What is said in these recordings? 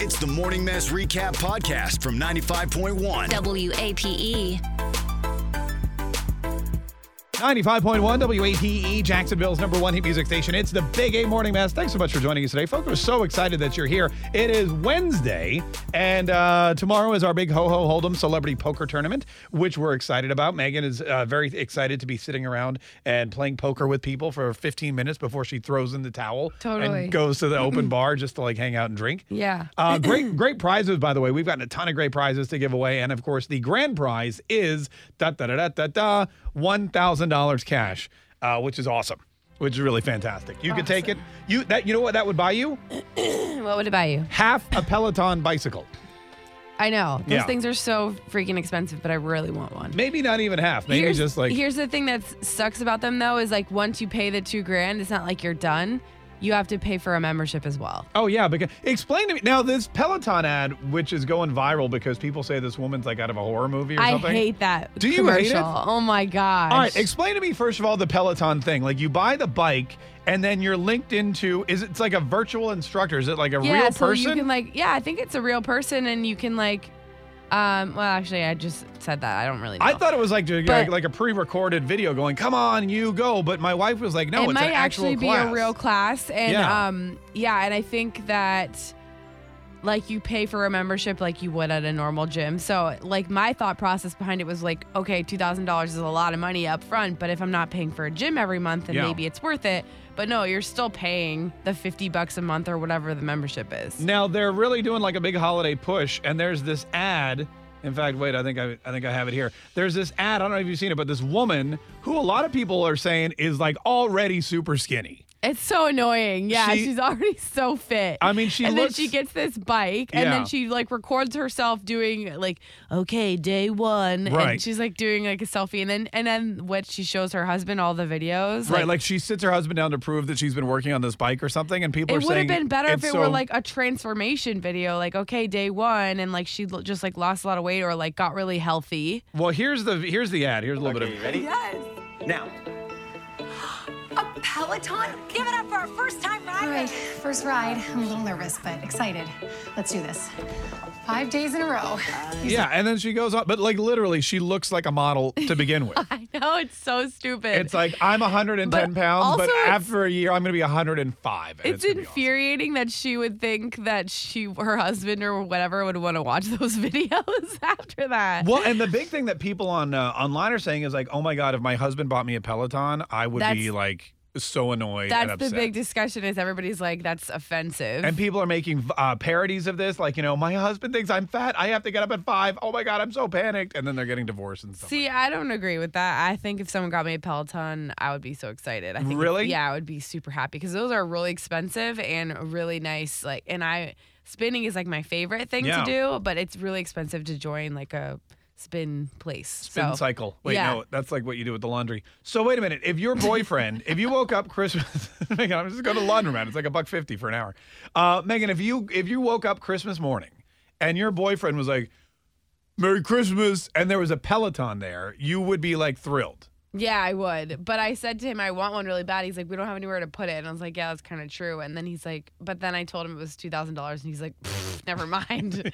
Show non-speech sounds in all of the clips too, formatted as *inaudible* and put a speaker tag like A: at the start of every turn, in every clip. A: It's the Morning Mess Recap Podcast from 95.1.
B: WAPE.
C: 95.1 WAPE, E, Jacksonville's number one hit music station. It's the Big A Morning Mass. Thanks so much for joining us today. Folks, we're so excited that you're here. It is Wednesday, and uh, tomorrow is our big Ho Ho Hold'em Celebrity Poker Tournament, which we're excited about. Megan is uh, very excited to be sitting around and playing poker with people for 15 minutes before she throws in the towel
D: Totally.
C: and goes to the open bar just to like hang out and drink.
D: Yeah.
C: Uh, great, great prizes, by the way. We've gotten a ton of great prizes to give away. And of course, the grand prize is da da da da da da $1,000 cash, uh, which is awesome, which is really fantastic. You could take it. You that You know what that would buy you?
D: What would it buy you?
C: Half a Peloton bicycle.
D: I know. Those
C: Yeah.
D: things are so freaking expensive, but I really want one.
C: Maybe not even half. Maybe
D: here's,
C: just like.
D: here's the thing that sucks about them though is like once you pay the two grand, it's not like you're done. You have to pay for a membership as well.
C: Oh yeah, because explain to me now this Peloton ad, which is going viral because people say this woman's like out of a horror movie or
D: I
C: something.
D: hate that.
C: Do you hate it?
D: commercial. Oh my gosh.
C: All right, explain to me first of all the Peloton thing. Like you buy the bike and then you're linked into is it- it's like a virtual instructor? Is it like a
D: yeah,
C: real
D: so
C: person?
D: you can like yeah, I think it's a real person and you can like um well actually I just said that. I don't really know.
C: I thought it was like like-
D: But-
C: like a pre-recorded video going, "Come on, you go." But my wife was like, "No,
D: it
C: it's
D: might
C: an actual
D: actually
C: class.
D: be a real class and
C: Yeah.
D: um yeah and i think that like you pay for a membership like you would at a normal gym so like my thought process behind it was like okay $2000 is a lot of money up front but if i'm not paying for a gym every month then
C: Yeah.
D: maybe it's worth it but no you're still paying the 50 bucks a month or whatever the membership is
C: Now they're really doing like a big holiday push, and there's this ad. In fact, wait, I think I, I think I have it here. There's this ad. I don't know if you've seen it, but this woman who a lot of people are saying is like already super skinny.
D: It's so annoying. Yeah,
C: She-
D: she's *laughs* already so fit.
C: I mean, she
D: and
C: looks-
D: then she gets this bike, and
C: Yeah.
D: then she like records herself doing like, okay, day one,
C: Right.
D: and she's like doing like a selfie, and then and then what she shows her husband all the videos.
C: Right, like she sits her husband down to prove that she's been working on this bike or something, and people
D: it
C: are
D: would
C: saying
D: have been better if
C: it's
D: it
C: so-
D: were like a transformation video, like okay, day one, and like she lo- just like lost a lot of weight or like got really healthy.
C: Well, here's the here's the ad. Here's a little bit of.
E: ready?
F: Yes.
E: Now.
F: A Peloton? Give it up for our first time ride.
G: All right, first ride. I'm a little nervous, but excited. Let's do this. Five days in a row.
C: Yeah, and then she goes on, but like literally, she looks like a model to begin with.
D: *laughs* I know it's so stupid.
C: It's like I'm 110
D: But
C: pounds, but
D: also it's-
C: after a year, I'm going to be 105. and
D: It's
C: gonna be awesome.
D: infuriating that she would think that she, her husband or whatever, would want to watch *laughs* those videos *laughs* after that.
C: Well, and the big thing that people on uh, online are saying is like, oh my god, if my husband bought me a Peloton, I would be
D: That's-
C: like so annoyed. and
D: That's the
C: upset.
D: big discussion. Is everybody's like, that's offensive.
C: And people are making uh, parodies of this, like you know, my husband thinks I'm fat. I have to get up at five. Oh my god, I'm so panicked. And then they're getting divorced and stuff.
D: See, I don't agree with that. I think if someone got me a Peloton, I would be so excited. I think
C: Really?
D: yeah, I would be super happy because those are really expensive and really nice. Like, and I spinning is like my favorite thing
C: Yeah.
D: to do, but it's really expensive to join like a spin place.
C: Spin
D: so,
C: cycle. Wait,
D: yeah.
C: no, that's like what you do with the laundry. So wait a minute. If your boyfriend, if you woke up Christmas, *laughs* Megan, I'm just going to laundromat. It's like a buck fifty for an hour. Uh, Megan, if you if you woke up Christmas morning and your boyfriend was like, "Merry Christmas," and there was a Peloton there, you would be like thrilled.
D: Yeah, I would. But I said to him, I want one really bad. He's like, we don't have anywhere to put it. And I was like, yeah, that's kind of true. And then he's like, but then I told him it was $2,000. And he's like, "Pfft, never mind.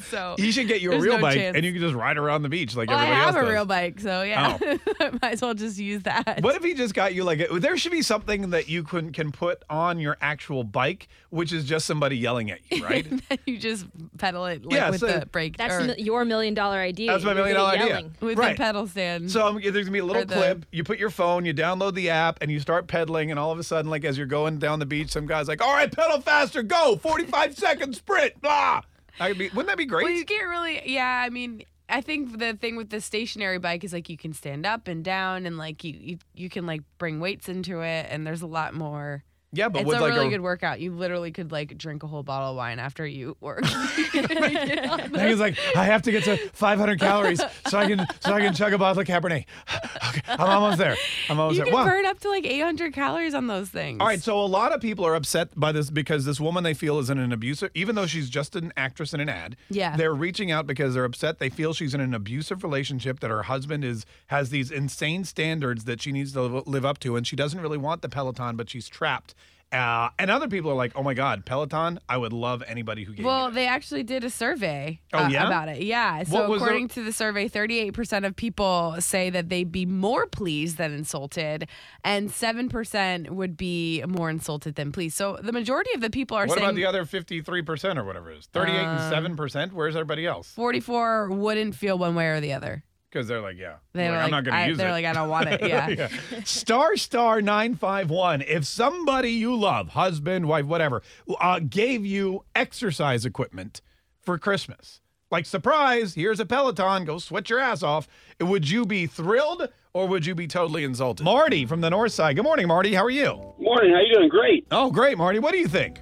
D: *laughs*
C: *laughs*
D: so
C: You should get you a
D: There's
C: real
D: no
C: bike
D: chance.
C: and you can just ride around the beach like
D: well, I
C: everybody
D: have
C: else
D: a
C: does.
D: real bike. So yeah, *laughs* I might as well just use that.
C: What if he just got you like a, there should be something that you can can put on your actual bike, which is just somebody yelling at
D: *laughs*
C: you, right?
D: you just pedal it like,
C: Yeah,
D: with
C: so-
D: the brake.
B: That's
D: or
B: mi- your million dollar idea.
C: That's my
B: You're
C: million
B: gonna
C: dollar
B: be
C: idea.
B: yelling.
D: with
C: right.
D: the pedal stand.
C: So I'm, there's gonna be a little
D: Or the-
C: clip. You put your phone, you download the app, and you start pedaling. And all of a sudden, like as you're going down the beach, some guy's like, "All right, pedal faster, go!
D: *laughs*
C: 45 second sprint!" Blah. I could be, wouldn't that be great?
D: Well, you can't really. Yeah, I mean, I think the thing with the stationary bike is like you can stand up and down, and like you you, you can like bring weights into it, and there's a lot more.
C: yeah, but
D: it's
C: with
D: a
C: like
D: really
C: a *laughs*
D: good workout. You literally could like drink a whole bottle of wine after you work. *laughs*
C: Like, it's like *laughs* I have to get to 500 calories so I can so I can chug a bottle of Cabernet. *laughs* okay, I'm almost there. I'm almost
D: you
C: there.
D: can
C: Wow.
D: burn up to like 800 calories on those things.
C: All right, so a lot of people are upset by this because this woman they feel is in an abusive, even though she's just an actress in an ad.
D: Yeah.
C: they're reaching out because they're upset. They feel she's in an abusive relationship that her husband is has these insane standards that she needs to live up to, and she doesn't really want the Peloton, but she's trapped. Uh, and other people are like, oh my God, Peloton, I would love anybody who gave
D: Well,
C: me
D: they actually did a survey uh,
C: Oh, yeah?
D: about it. Yeah.
C: What
D: So
C: was the-
D: according to the survey, 38% of people say that they'd be more pleased than insulted, and 7% would be more insulted than pleased. So the majority of the people are
C: What
D: saying
C: about
D: Um,
C: the other 53% or whatever it is? 38 and 7%? Where's everybody else?
D: 44 wouldn't feel one way or the other.
C: Because they're like, yeah.
D: They
C: Like,
D: were like,
C: I'm not going
D: I-
C: to use
D: they're
C: it.
D: like, I don't want it.
C: *laughs*
D: *laughs* Yeah.
C: Yeah. star star 951 if somebody you love husband wife whatever uh, gave you exercise equipment for christmas like surprise here's a peloton go sweat your ass off would you be thrilled or would you be totally insulted marty from the north side good morning marty how are you
E: Morning. How you doing? Great.
C: oh great marty what do you think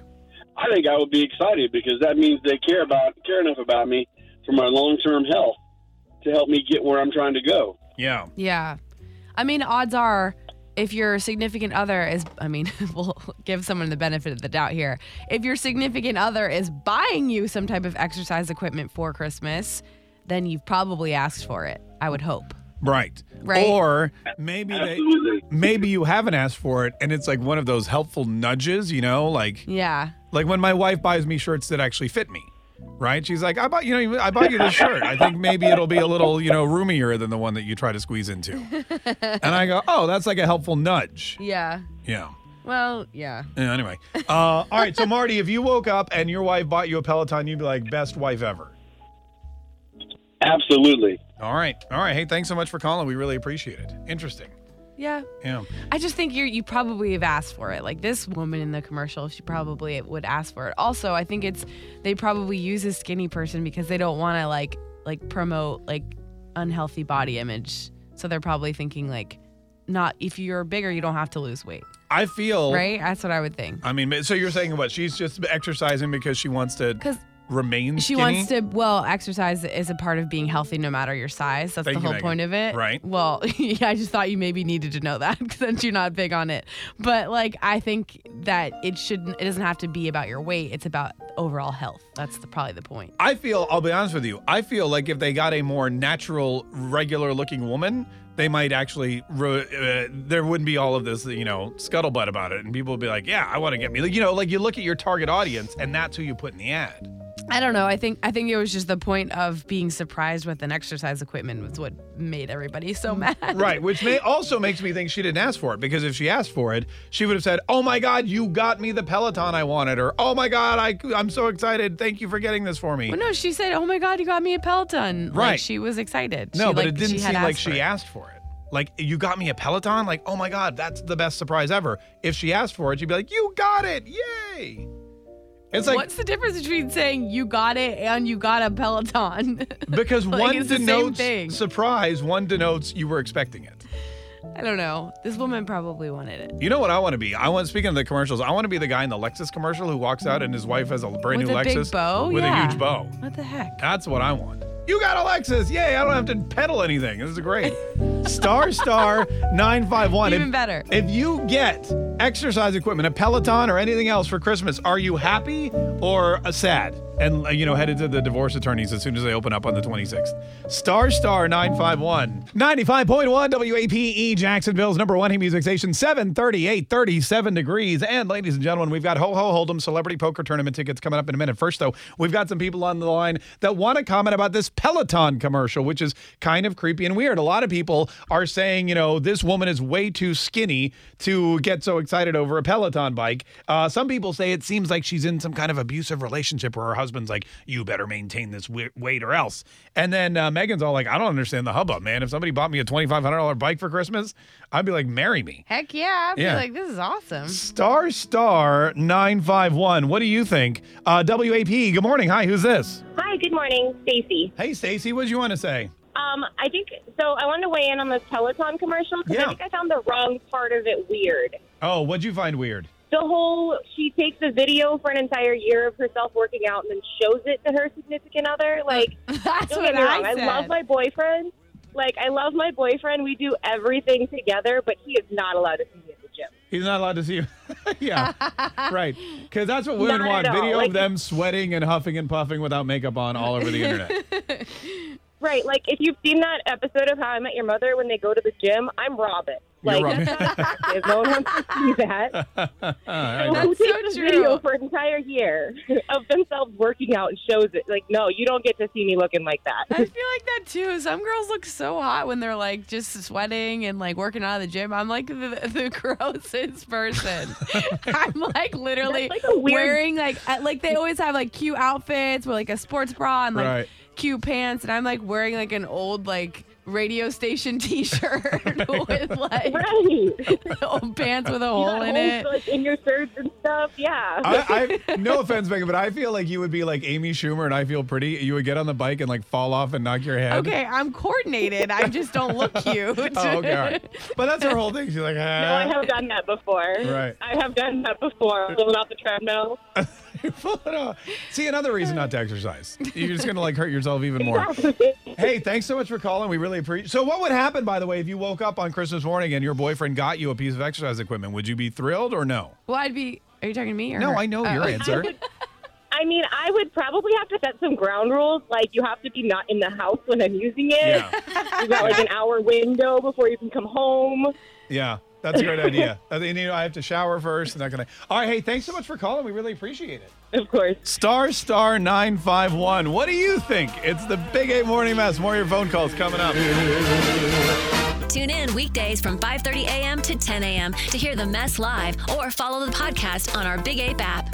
E: I think I would be excited because that means they care about care enough about me for my long term health to help me get where I'm trying to go.
C: yeah
D: Yeah. I mean, odds are if your significant other is, I mean, *laughs* we'll give someone the benefit of the doubt here. If your significant other is buying you some type of exercise equipment for Christmas, then you've probably asked for it, I would hope.
C: right
D: Right.
C: or maybe they
E: Absolutely.
C: maybe you haven't asked for it and it's like one of those helpful nudges you know like
D: Yeah.
C: Like when my wife buys me shirts that actually fit me, right? She's like, I bought you know, I bought you this shirt. I think maybe it'll be a little, you know, roomier than the one that you try to squeeze into.
D: *laughs*
C: And I go, oh, that's like a helpful nudge.
D: Yeah.
C: Yeah.
D: Well, yeah.
C: Yeah, Anyway, uh, all right. So Marty, if you woke up and your wife bought you a Peloton, you'd be like, best wife ever.
E: Absolutely.
C: All right, all right. Hey, thanks so much for calling. We really appreciate it. Interesting.
D: Yeah.
C: Yeah.
D: I just think you you probably have asked for it. Like this woman in the commercial, she probably would ask for it. Also, I think it's they probably use a skinny person because they don't want to like like promote like unhealthy body image. So they're probably thinking like not if you're bigger, you don't have to lose weight,
C: I feel.
D: right? That's what I would think.
C: I mean, so you're saying what? She's just exercising because she wants to
D: 'Cause
C: remain
D: She
C: skinny?
D: wants to well, exercise is a part of being healthy no matter your size. That's
C: Thank you,
D: the whole
C: Megan.
D: point of it.
C: Right.
D: Well, *laughs* yeah, I just thought you maybe needed to know that *laughs* since you're not big on it. But like I think that it shouldn't it doesn't have to be about your weight. It's about overall health. That's the, probably the point.
C: I feel, I'll be honest with you, I feel like if they got a more natural, regular looking woman, they might actually, ru- uh, there wouldn't be all of this, you know, scuttlebutt about it. And people would be like, yeah, I want to get me. Like, you know, like you look at your target audience and that's who you put in the ad.
D: I don't know. I think I think it was just the point of being surprised with an exercise equipment was what made everybody so mad.
C: Right. Which *laughs* may also makes me think she didn't ask for it because if she asked for it, she would have said, oh my God, you got me the Peloton I wanted. Or, oh my God, I, I'm so excited. Thank you for getting this for me.
D: Well, no, she said, "Oh my God, you got me a Peloton!" Like,
C: Right.
D: she was excited.
C: No,
D: She,
C: but
D: like,
C: it didn't
D: she had
C: seem like
D: asked for
C: she
D: it.
C: asked for it. Like you got me a Peloton. Like oh my god, that's the best surprise ever. If she asked for it, she'd be like, "You got it, yay!" It's like
D: What's *laughs* the difference between saying you got it and you got a Peloton? *laughs*
C: because
D: Like,
C: one
D: it's the same
C: denotes
D: thing.
C: surprise, one denotes you were expecting it.
D: I don't know. This woman probably wanted it.
C: You know what I want to be? I want. Speaking of the commercials, I want to be the guy in the Lexus commercial who walks out and his wife has a brand
D: With
C: new
D: a big
C: Lexus
D: bow?
C: with a
D: Yeah.
C: huge bow.
D: What the heck?
C: That's what I want. You got Alexis. Yay, I don't have to pedal anything. This is great. star
D: *laughs*
C: star 951.
D: Even
C: If-
D: better.
C: If you get exercise equipment, a Peloton or anything else for Christmas, are you happy or uh, sad? And uh, you know, headed to the divorce attorneys as soon as they open up on the 26th. Star star 951. 95.1 WAPE E, Jacksonville's number one hit music station 738 37 degrees. And ladies and gentlemen, we've got Ho Ho Hold'em celebrity poker tournament tickets coming up in a minute. First though, we've got some people on the line that want to comment about this Peloton commercial, which is kind of creepy and weird. A lot of people are saying, you know, this woman is way too skinny to get so excited over a Peloton bike. Uh, some people say it seems like she's in some kind of abusive relationship where her husband's like, you better maintain this wi- weight or else. And then uh, Megan's all like, I don't understand the hubbub, man. If somebody bought me a $2,500 bike for Christmas, I'd be like, marry me.
D: Heck yeah. I feel
C: Yeah.
D: like this is awesome. *laughs*
C: Star Star 951. What do you think? Uh, WAP, good morning. Hi, who's this?
H: Hi, good morning, Stacy.
C: Hey, Stacy, what do you want to say?
H: Um, I think so. I wanted to weigh in on this Peloton commercial because
C: Yeah.
H: I think I found the wrong part of it weird.
C: Oh, what'd you find weird?
H: The whole she takes a video for an entire year of herself working out and then shows it to her significant other. Like,
D: Oh, That's
H: don't
D: what
H: get me wrong,
D: I
H: I
D: said.
H: love my boyfriend. Like, I love my boyfriend. We do everything together, but he is not allowed to see me at the gym.
C: He's not allowed to see you. *laughs* yeah, right. Because that's what women
H: Not
C: want
H: at all.
C: video of
H: Like-
C: them sweating and huffing and puffing without makeup on all over
H: *laughs*
C: the internet.
H: Right? Like, if you've seen that episode of How I Met Your Mother when they go to the gym, I'm Robin. Like,
C: You're
H: that's *laughs* not attractive. No one wants to
C: *laughs*
H: see that.
C: I know.
H: Who
D: so
H: takes this
D: true.
H: video for an entire year *laughs* of themselves working out and shows it? Like, no, you don't get to see me looking like
D: I
H: that.
D: feel like that too. Some girls look so hot when they're like just sweating and like working out of the gym. I'm like the, the *laughs*
C: *laughs*
D: grossest person. I'm like literally
H: That's like a weird-
D: wearing like uh, like they always have like cute outfits with like a sports bra and like
C: Right.
D: cute pants, and I'm like wearing like an old like radio station
C: *laughs*
D: *laughs* T-shirt with like *laughs*
H: *laughs* Right.
D: old pants with a hole in it.
H: Like in your shirts and stuff. Yeah.
C: I, I, no offense, Megan, but I feel like you would be like Amy Schumer and I feel pretty. You would get on the bike and like fall off and knock your head.
D: Okay, I'm coordinated. I just don't look
C: *laughs*
D: cute. *laughs*
C: Oh, okay. All
H: *laughs*
C: right. But that's her whole thing. She's like, ah.
H: No, I have done that before.
C: Right.
H: I have done that before. Pulling off the treadmill.
C: Pull it off. See, another reason not to exercise. You're just going to like hurt yourself even more.
H: Exactly.
C: Hey, thanks so much for calling. We really appreciate So, what would happen, by the way, if you woke up on Christmas morning and your boyfriend got you a piece of exercise equipment? Would you be thrilled or no?
D: Well, I'd be. Are you talking to me? Or
C: No,
D: her?
C: I know your
D: Oh.
C: answer.
H: I mean, I would probably have to set some ground rules. Like, you have to be not in the house when I'm using it.
C: Yeah.
H: You've got like an hour window before you can come home.
C: Yeah. That's a great idea. I think, you know, I have to shower first and that kind of. All right. Hey, thanks so much for calling. We really appreciate it.
H: Of course.
C: Star Star 951. What do you think? It's the Big Eight Morning Mess. More of your phone calls coming up.
B: Tune in weekdays from 5:30 a.m. to 10 a.m. to hear the mess live or follow the podcast on our Big Ape app.